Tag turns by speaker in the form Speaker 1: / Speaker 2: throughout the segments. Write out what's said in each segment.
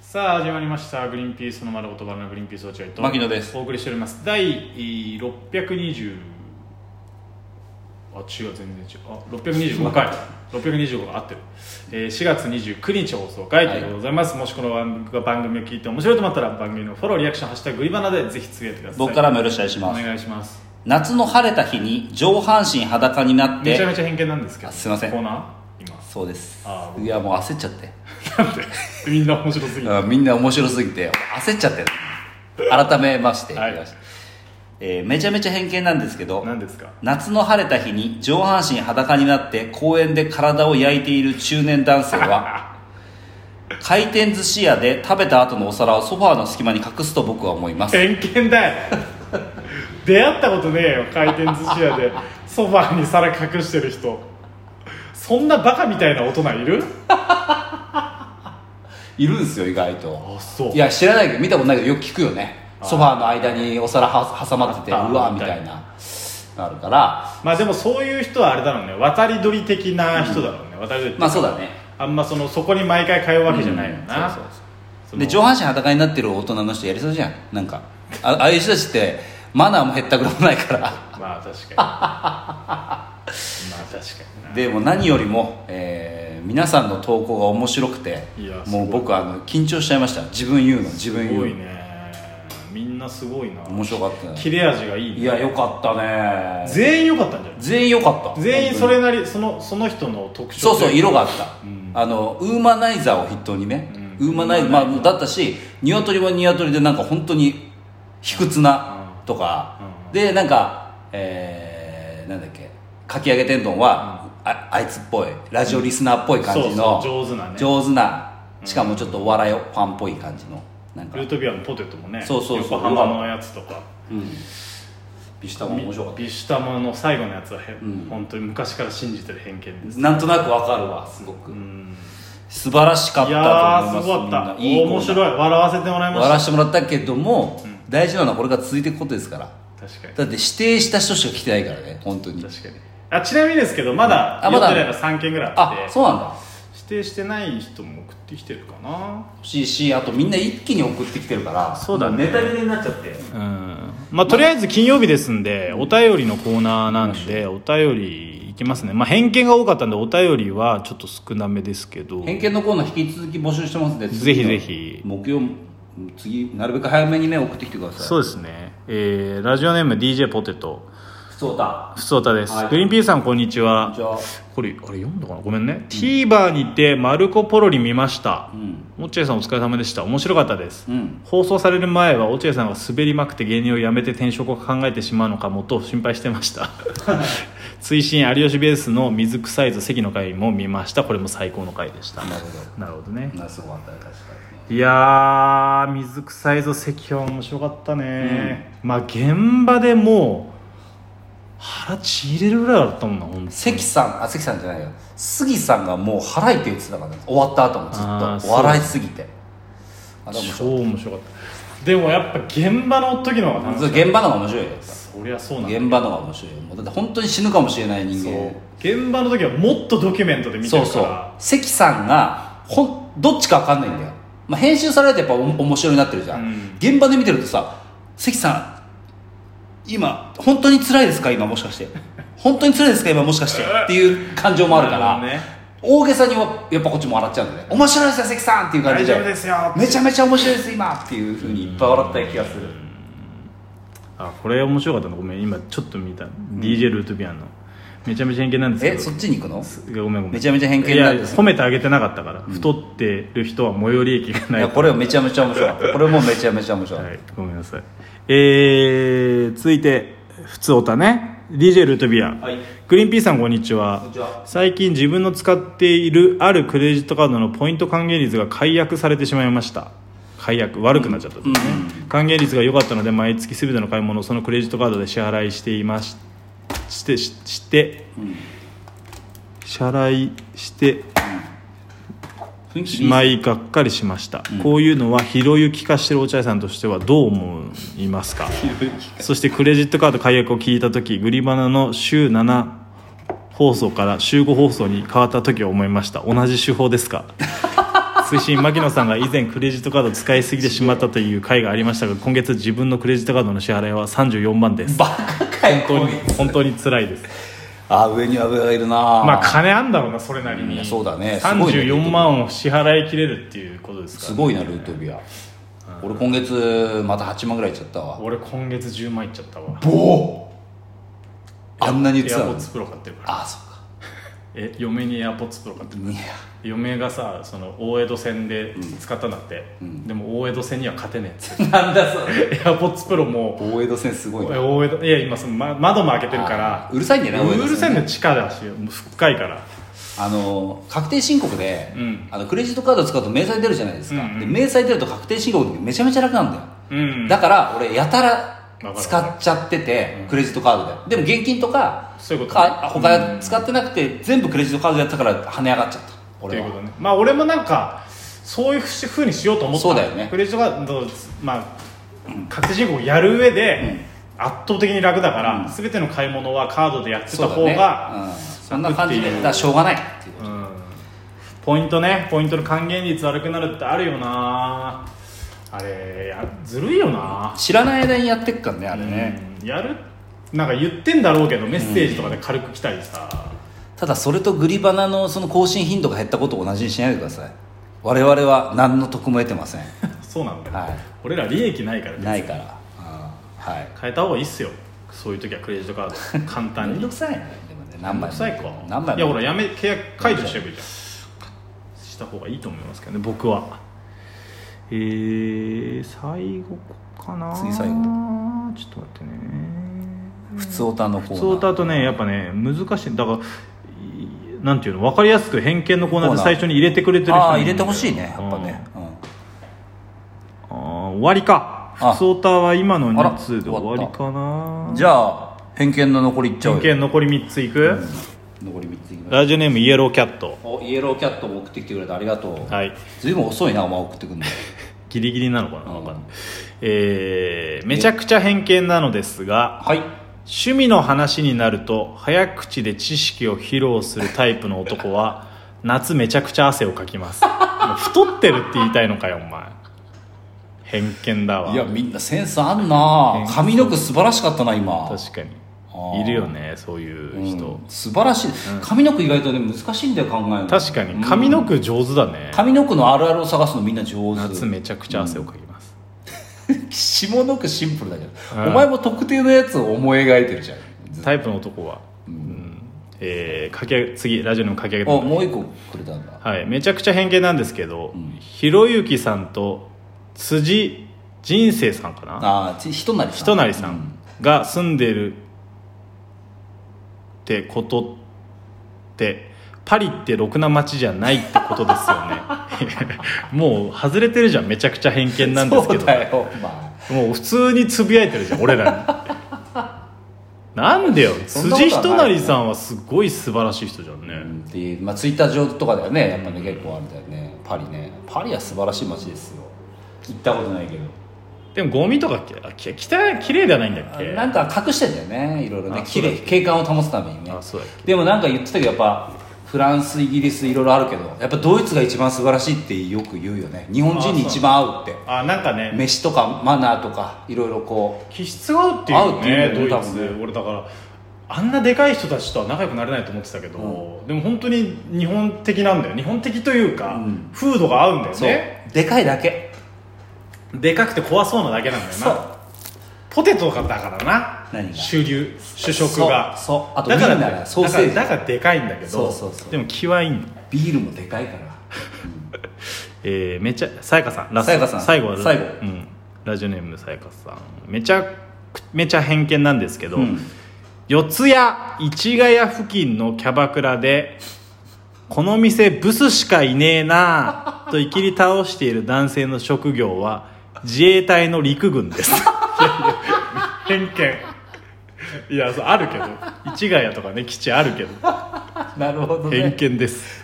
Speaker 1: さあ始まりました「グリーンピースの丸言葉のグリーンピース落合」と
Speaker 2: 牧野です
Speaker 1: お送りしております第620あ違う全然違うあ625回625が合ってる、えー、4月29日放送回ということでございます、もしこの番組を聞いて面白いと思ったら番組のフォローリアクション「ハッシュタググリバナ」でぜひつぶやいてください
Speaker 2: 僕からもよろしくお願いし
Speaker 1: お
Speaker 2: ます
Speaker 1: 願いします
Speaker 2: 夏の晴れた日に上半身裸になっ
Speaker 1: めちゃめち
Speaker 2: て
Speaker 1: ゃ偏見なんですけど
Speaker 2: あすいません
Speaker 1: コーナー今
Speaker 2: そうです
Speaker 1: あー僕
Speaker 2: いやもう焦っちゃって
Speaker 1: なんでみんな面白すぎて
Speaker 2: あーみんな面白すぎて焦っちゃって改めまして、
Speaker 1: はい
Speaker 2: えーめちゃめちゃ偏見なんですけど
Speaker 1: 何ですか
Speaker 2: 夏の晴れた日に上半身裸になって公園で体を焼いている中年男性 は回転寿司屋で食べた後のお皿をソファーの隙間に隠すと僕は思います
Speaker 1: 偏見だよ出会ったことねえよ回転寿司屋でソファーに皿隠してる人そんなバカみたいな大人いる
Speaker 2: いるんですよ意外と
Speaker 1: あそう
Speaker 2: いや知らないけど見たことないけどよく聞くよね
Speaker 1: あー
Speaker 2: ソファーの間にお皿は挟まっててう
Speaker 1: あった
Speaker 2: わー
Speaker 1: みた
Speaker 2: み
Speaker 1: いな
Speaker 2: たいなあるから
Speaker 1: まあでもそういう人はあれだろうね渡り鳥的な人だろうね、渡り鳥って
Speaker 2: まあそうだね
Speaker 1: あんまそのそこに毎回通うわけじゃないよ
Speaker 2: う
Speaker 1: な、
Speaker 2: んそうそう
Speaker 1: そ
Speaker 2: そ
Speaker 1: の
Speaker 2: うで上半身裸になってる大人の人やりそうじゃんなんかあああいう人たちってマナーも減ったくらもないから
Speaker 1: まあ確 かにまあ確かにな
Speaker 2: でも何よりも、えー皆さんの投稿が面白くて
Speaker 1: いや
Speaker 2: もう僕あの緊張しちゃいました自分言うの自分
Speaker 1: す
Speaker 2: 言
Speaker 1: ご
Speaker 2: う
Speaker 1: い
Speaker 2: の
Speaker 1: ねみんなすごいな
Speaker 2: 面白かったね
Speaker 1: 切れ味がいい
Speaker 2: い
Speaker 1: ね
Speaker 2: やよかったね
Speaker 1: 全員良かったんじゃない
Speaker 2: 全員よかった
Speaker 1: 全員それなりそのその人の特徴
Speaker 2: そうそう色があった、
Speaker 1: うん
Speaker 2: あのウーマナイザーを筆頭にね、
Speaker 1: うん
Speaker 2: ウーマナイザー、まあ、だったし鶏は鶏でなんか本当に卑屈なとか、
Speaker 1: うん
Speaker 2: でなんかえー、なんだっけかき揚げ天丼は、ああいつっぽいラジオリスナーっぽい感じの、
Speaker 1: そうそう上手なね
Speaker 2: 上手なしかもちょっとお笑いファンっぽい感じのなんか、
Speaker 1: ルートビアのポテトもね
Speaker 2: そうそうそう
Speaker 1: 横浜のやつとか
Speaker 2: うん、ビシタも面白かっ
Speaker 1: ビシタマの最後のやつはへ、
Speaker 2: うん
Speaker 1: 本当に昔から信じてる偏見です
Speaker 2: たなんとなくわかるわすご
Speaker 1: う
Speaker 2: く、
Speaker 1: ん
Speaker 2: 素晴らしかっ
Speaker 1: い
Speaker 2: た
Speaker 1: やー
Speaker 2: と思います
Speaker 1: すごかった
Speaker 2: みんないいコーナー
Speaker 1: 面白い笑わせてもらいま
Speaker 2: 笑
Speaker 1: し
Speaker 2: わせてもらったけども、大事なのはこれが続いていくことですから
Speaker 1: た確かに
Speaker 2: だって指定した人しか来てないからね本当に
Speaker 1: 確かにあちなみにですけどまだ
Speaker 2: あ
Speaker 1: 読
Speaker 2: ま
Speaker 1: んで
Speaker 2: だ
Speaker 1: ないの3件ぐらいあっ
Speaker 2: あ
Speaker 1: て
Speaker 2: そうなんだ
Speaker 1: 指定してない人も送ってきてるかな
Speaker 2: 欲しいしあとみんな一気に送ってきてるから
Speaker 1: そうだね
Speaker 2: もネタ切れになっちゃって
Speaker 1: まあ、とりあえず金曜日ですんでお便りのコーナーなんでお便りいきますね、まあ、偏見が多かったんでお便りはちょっと少なめですけど
Speaker 2: 偏見のコーナー引き続き募集してますんで
Speaker 1: ぜひぜひ
Speaker 2: 木曜次なるべく早めにね送ってきてください
Speaker 1: そうですね、えーラジオネーム DJ ポテト
Speaker 2: ふつおた
Speaker 1: ふつおたです、
Speaker 2: はい
Speaker 1: グリーンピースさんこんにちは
Speaker 2: じゃあ
Speaker 1: これあれ読んだかなごめんね、TVer にて「マルコ・ポロリ」見ました
Speaker 2: うん
Speaker 1: 落合さんお疲れ様でした面白かったです、
Speaker 2: うん
Speaker 1: 放送される前は落合さんが滑りまくって芸人を辞めて転職を考えてしまうのかもと心配してました 追伸有吉ベースの水臭いと関の会も見ましたこれも最高の回でした
Speaker 2: なるほ
Speaker 1: なるほどね
Speaker 2: どなすごかったね確かにね
Speaker 1: いやー水臭いぞ関は面白かったね、まあ現場でもう腹ちぎれるぐらいだったもんな本当
Speaker 2: 関さんあ関さんじゃないよ杉さんがもう腹痛いって言ってたからね終わった後もず
Speaker 1: あー
Speaker 2: っ
Speaker 1: そ
Speaker 2: と
Speaker 1: う
Speaker 2: 笑いすぎてあれ面白い
Speaker 1: 超面白かったでもやっぱ現場の時の方が楽しかった
Speaker 2: 現場の方が面白いよ
Speaker 1: そりゃそうなんだ
Speaker 2: 現場の方が面白いよもうだって本当に死ぬかもしれない人
Speaker 1: そう
Speaker 2: 間
Speaker 1: 現場の時はもっとドキュメントで見て
Speaker 2: そ
Speaker 1: る
Speaker 2: う
Speaker 1: か
Speaker 2: そう
Speaker 1: ら
Speaker 2: 関さんがほんどっちか分かんないんだよ、まあ、編集されるとやっぱお面白いになってるじゃん、
Speaker 1: うん
Speaker 2: 現場で見てるとさ関さん今本当に辛いですか今もし かして本当に辛いですか今もしかしてっていう感情もあるから
Speaker 1: なる
Speaker 2: 大げさにはやっぱこっちも笑っちゃうんだね面白いですよ関さんっていう感じで
Speaker 1: 大丈夫ですよ
Speaker 2: めちゃめちゃ面白いです今っていうふうにいっぱい笑った気がする
Speaker 1: あこれ面白かったのごめん今ちょっと見た、DJ ルートビアンのめちゃめちゃ偏見なんですけ
Speaker 2: え
Speaker 1: ど
Speaker 2: そっちに行くの
Speaker 1: いやごめんごめん
Speaker 2: めちゃめちゃ偏見
Speaker 1: いや
Speaker 2: なんです
Speaker 1: 褒めてあげてなかったから、太ってる人は最寄り駅が
Speaker 2: い
Speaker 1: ない
Speaker 2: やこれめちゃめちゃ面白いこれもめちゃめちゃ面白い、
Speaker 1: はい、ごめんなさい。えー、続いて、ふつおたね。DJ ルートビア。
Speaker 2: はい
Speaker 1: グリーンピースさんこんにちは
Speaker 2: こんにちは
Speaker 1: 最近自分の使っているあるクレジットカードのポイント還元率が解約されてしまいました解約悪くなっちゃったんですね、還元率が良かったので毎月全ての買い物をそのクレジットカードで支払いしていまししてしして、支払いして
Speaker 2: 雰囲気
Speaker 1: しまいがっかりしました、こういうのはひろゆき化してるお茶屋さんとしてはどう思います かそしてクレジットカード解約を聞いた時グリバナの週7放送から週5放送に変わった時を思いました同じ手法ですか 推進牧野さんが以前クレジットカードを使いすぎてしまったという回がありましたが今月自分のクレジットカードの支払いは34万です
Speaker 2: バカかよ
Speaker 1: 本当に本当に辛いです
Speaker 2: あ上には上がいるな
Speaker 1: まあ金あんだろうなそれなり
Speaker 2: いや
Speaker 1: に
Speaker 2: そうだねすごいね
Speaker 1: 34万を支払いきれるっていうことです
Speaker 2: す
Speaker 1: か
Speaker 2: ごいなルートビア俺今月また8万ぐらいいっちゃったわ
Speaker 1: 俺今月10万いっちゃったわ
Speaker 2: ボーあんなに言って
Speaker 1: エ
Speaker 2: た
Speaker 1: アポ
Speaker 2: の
Speaker 1: ッツプロ買ってるから
Speaker 2: あそ
Speaker 1: え嫁にエアポッツプロ買ってる
Speaker 2: うかいや
Speaker 1: 嫁がさその大江戸線で使ったんだって、でも大江戸線には勝てねえっつっ
Speaker 2: なんだそれ
Speaker 1: て エアポッツプロも
Speaker 2: 大江戸線すごいな
Speaker 1: 大江戸いや今その、ま、窓も開けてるから
Speaker 2: あーうるさいんだよな大江戸
Speaker 1: う
Speaker 2: 線
Speaker 1: るさいの地下だしもう深いから
Speaker 2: あの確定申告で、
Speaker 1: うん
Speaker 2: あのクレジットカード使うと明細出るじゃないですか、
Speaker 1: うんうん
Speaker 2: で明細出ると確定申告ってめちゃめちゃ楽なんだよ、
Speaker 1: うん
Speaker 2: だから俺やたら
Speaker 1: かる
Speaker 2: 使っちゃってて、クレジットカードででも現金とか
Speaker 1: そういうことね
Speaker 2: か他使ってなくて、全部クレジットカードやったから跳ね上がっちゃっ
Speaker 1: っ
Speaker 2: た
Speaker 1: て
Speaker 2: 俺
Speaker 1: いう
Speaker 2: は
Speaker 1: ことねまあ俺もなんかそういうふうにしようと思った
Speaker 2: そうだよね
Speaker 1: クレジットカードまあ確定申告をやる上で、圧倒的に楽だから、
Speaker 2: うん
Speaker 1: 全ての買い物はカードでやって
Speaker 2: そ
Speaker 1: た
Speaker 2: うだ
Speaker 1: 方
Speaker 2: ね
Speaker 1: が
Speaker 2: うん、そんな感じで
Speaker 1: 楽っていう
Speaker 2: だからしょうがないっていうこと
Speaker 1: うんポイントねポイントの還元率悪くなるってあるよなあれやずるいよな
Speaker 2: 知らない間にやってっからねあれね、
Speaker 1: うんやるなんか言ってんだろうけどメッセージとかで軽く来たりさ、
Speaker 2: ただそれとグリバナのその更新頻度が減ったことを同じにしないでください我々は何の得も得てません
Speaker 1: そうなんだよ、
Speaker 2: はい
Speaker 1: 俺ら利益ないからね
Speaker 2: ないからはい
Speaker 1: 変えた方がいいっすよそういう時はクレジットカード簡単
Speaker 2: 面
Speaker 1: に
Speaker 2: 倒くさいねでもね何枚も
Speaker 1: 臭いか
Speaker 2: 何枚も
Speaker 1: いやほらやめ契約解除しちゃえばいいじゃんした方がいいと思いますけどね僕はえー、最後かな
Speaker 2: 次最
Speaker 1: ちょっと
Speaker 2: 後
Speaker 1: 待ってね
Speaker 2: 普通オタのコーナー
Speaker 1: そうだとねやっぱね難しいだからいなんていうの分かりやすく偏見のコーナーで最初に入れてくれてる人もいるんだよ
Speaker 2: ああ入れてほしいねやっぱね、うん
Speaker 1: あー終わりか
Speaker 2: あ
Speaker 1: 普通歌は今の
Speaker 2: あら
Speaker 1: 2通で終わりかな
Speaker 2: じゃあ偏見の残りいっちゃおう
Speaker 1: 偏
Speaker 2: よ
Speaker 1: 見残り3ついく、
Speaker 2: 残り3ついきましょ
Speaker 1: ラジオネームイエローキャット
Speaker 2: うおイエローキャットも送ってきてくれてありがとう、
Speaker 1: はい
Speaker 2: ずいぶん遅いなお前送って くんの
Speaker 1: ギリギリなのかな、
Speaker 2: うん
Speaker 1: わかんないえーめちゃくちゃ偏見なのですが
Speaker 2: はい
Speaker 1: 趣味の話になると早口で知識を披露するタイプの男は 夏めちゃくちゃ汗をかきますもう太ってるって言いたいのかよお前偏見だわ
Speaker 2: いやみんなセンスあんな髪の毛素晴らしかったな今
Speaker 1: 確か
Speaker 2: あー
Speaker 1: にいるよねそういう人、
Speaker 2: うん素晴らしい髪の毛意外とね難しいんだよ考えるの
Speaker 1: 確かに髪の毛上手だね、
Speaker 2: 髪の毛のあるあるを探すのみんな上手
Speaker 1: 夏めちゃくちゃ汗をかきます、
Speaker 2: 下の句シンプルだけど、
Speaker 1: うん
Speaker 2: お前も特定のやつを思い描いてるじゃん
Speaker 1: タイプの男は、うんえー、かけ次ラジオにも書き上げて
Speaker 2: お
Speaker 1: もらいます
Speaker 2: もう一個くれたんだ
Speaker 1: はい、めちゃくちゃ偏見なんですけど、ひろゆきさんと辻人生さんかな
Speaker 2: ああち人なりさん
Speaker 1: ひとなりさんが住んでるってことってパリってろくな街じゃないってことですよ ねもう外れてるじゃんめちゃくちゃ偏見なんですけ
Speaker 2: そう
Speaker 1: ど
Speaker 2: だよ、ま
Speaker 1: もう普通につぶやいてるじゃん俺ら になんでよ
Speaker 2: そんなことはない
Speaker 1: 辻ひとなりさんはすごい素晴らしい人じゃんね、
Speaker 2: あ、っていう、まあ、ツイッター上とかではねやっぱね結構あるんだよねパリねパリは素晴らしい街ですよ行ったことないけど
Speaker 1: でもゴミとかきあき汚い綺麗じゃないんだっけ
Speaker 2: なんか隠してんだよねいろいろね
Speaker 1: あそ
Speaker 2: 綺
Speaker 1: うだ
Speaker 2: 麗景観を保つためにね
Speaker 1: あそうだっけ
Speaker 2: でもなんか言ってたけどやっぱフランスイギリスいろいろあるけどやっぱドイツが一番素晴らしいってよく言うよね日本人に一番合うって
Speaker 1: あなんかね
Speaker 2: 飯とかマナーとかいろいろこ
Speaker 1: 気質が合うっていうよ
Speaker 2: 合うって
Speaker 1: ね
Speaker 2: いうよね
Speaker 1: ドイツ
Speaker 2: 多分
Speaker 1: 俺だからあんなでかい人たちとは仲良くなれないと思ってたけど、でも本当に日本的なんだよ日本的というか、
Speaker 2: うん
Speaker 1: 風土が合うんだよ
Speaker 2: うそう
Speaker 1: ね
Speaker 2: でかいだけ
Speaker 1: でかくて怖そうなだけなんだよ
Speaker 2: そ
Speaker 1: な
Speaker 2: う
Speaker 1: ポテトだからな
Speaker 2: 何が
Speaker 1: 主流主食が
Speaker 2: そうそうあと
Speaker 1: だから
Speaker 2: ウインナーがソーセージ
Speaker 1: だからだからでかいんだけど
Speaker 2: そうそうそう
Speaker 1: でも気はいいんだ
Speaker 2: ビールもでかいから
Speaker 1: えーめちゃさやかさんラスト
Speaker 2: さやかさん
Speaker 1: 最後は
Speaker 2: 最後
Speaker 1: うん、ラジオネームさやかさんめちゃくめちゃ偏見なんですけど、
Speaker 2: うん
Speaker 1: 四谷市ヶ谷付近のキャバクラでこの店ブスしかいねえなあといきり倒している男性の職業は自衛隊の陸軍ですいやいや偏見いやそうあるけど市ヶ谷とかね基地あるけど
Speaker 2: なるほど
Speaker 1: 偏
Speaker 2: ね
Speaker 1: 見です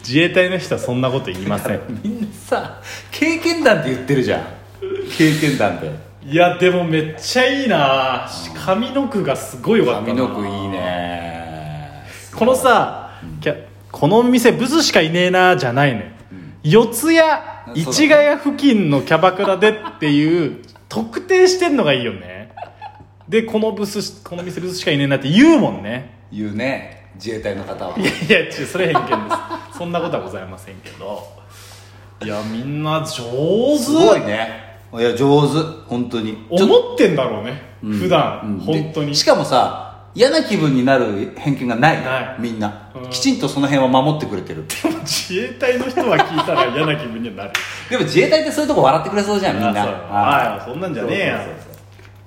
Speaker 1: 自衛隊の人はそんなこと言いません
Speaker 2: みんなさ経験談って言ってるじゃん経験談で
Speaker 1: いやでもめっちゃいいな髪の毛がすごい良かったな
Speaker 2: 髪の毛いいね
Speaker 1: このさ、キャこの店ブスしかいねえなじゃないね、四谷市ヶ谷付近のキャバクラでっていう特定してんのがいいよねでこのブスこの店ブスしかいねえなって言うもんね
Speaker 2: 言うね自衛隊の方はい
Speaker 1: やいやちょそれ偏見ですそんなことはございませんけどいやみんな上
Speaker 2: すごい
Speaker 1: 手
Speaker 2: ねいや上手本当にちょっと
Speaker 1: 思ってんだろうね、普段、
Speaker 2: うん
Speaker 1: 本当に
Speaker 2: でしかもさ嫌な気分になる偏見がない
Speaker 1: ない
Speaker 2: みんな
Speaker 1: うん
Speaker 2: きちんとその辺は守ってくれてる
Speaker 1: 自衛隊の人は聞いたら嫌な気分にはなる
Speaker 2: でも自衛隊ってそういうとこ笑ってくれそうじゃんみんな
Speaker 1: あそう
Speaker 2: はい
Speaker 1: あそんなんじゃねえや
Speaker 2: そうそうそう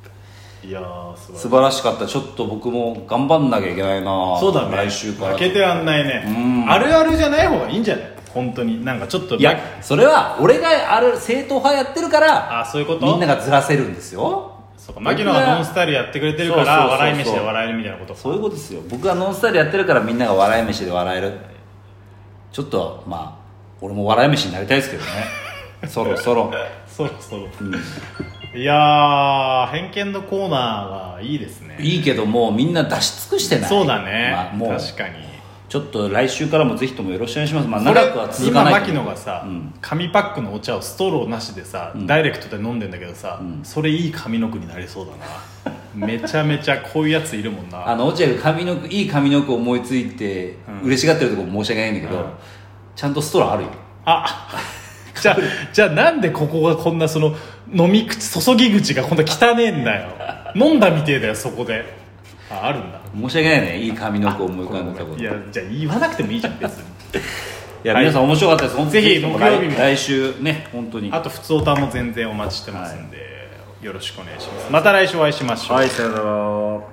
Speaker 1: いやー素晴らしい
Speaker 2: 素晴らしかったちょっと僕も頑張んなきゃいけないな
Speaker 1: そうだね
Speaker 2: 来週から
Speaker 1: 負けてらんないね
Speaker 2: うん
Speaker 1: あるあるじゃない方がいいんじゃない本当になんかちょっと
Speaker 2: いやそれは俺がある正統派やってるから
Speaker 1: あそういうこと
Speaker 2: みんながずらせるんですよ
Speaker 1: そうか牧野がノンスタイルやってくれてるか
Speaker 2: そうそう
Speaker 1: ら
Speaker 2: そうそう
Speaker 1: 笑い飯で笑えるみたいなこと
Speaker 2: そういうことですよ僕がノンスタイルやってるからみんなが笑い飯で笑えるちょっとまあ俺も笑い飯になりたいですけど ねそろそろ
Speaker 1: そろそろ、いやー偏見のコーナーはいいですね
Speaker 2: いいけどもうみんな出し尽くしてない
Speaker 1: そうだね、
Speaker 2: まあもう
Speaker 1: 確かに
Speaker 2: ちょっと来週からもぜひともよろしくお願いしますまあ長くは続かない
Speaker 1: 今牧野がさ、
Speaker 2: うん
Speaker 1: 紙パックのお茶をストローなしでさ、ダイレクトで飲んでんだけどさ、それいい髪の句になりそうだな めちゃめちゃこういうやついるもんな
Speaker 2: あの落合が髪の毛いい髪の毛思いついて、
Speaker 1: うん
Speaker 2: 嬉しがってるとこ申し訳ないんだけど、
Speaker 1: うん
Speaker 2: ちゃんとストローあるよ
Speaker 1: あじゃあじゃあなんでここがこんなその飲み口注ぎ口がこんな汚ねえんだよ飲んだみてえだよそこでああるんだ
Speaker 2: 申し訳ないねいい髪の毛思い浮かんだとこ
Speaker 1: いやじゃあ言わなくてもいいじゃん別に
Speaker 2: いや皆さん面白かったです本当に
Speaker 1: ぜひ
Speaker 2: とも
Speaker 1: 木曜日も
Speaker 2: 来来週ね本当に
Speaker 1: あと普通歌も全然お待ちしてますんで、よろしくお願いしますまた来週お会いしましょう
Speaker 2: いさよなら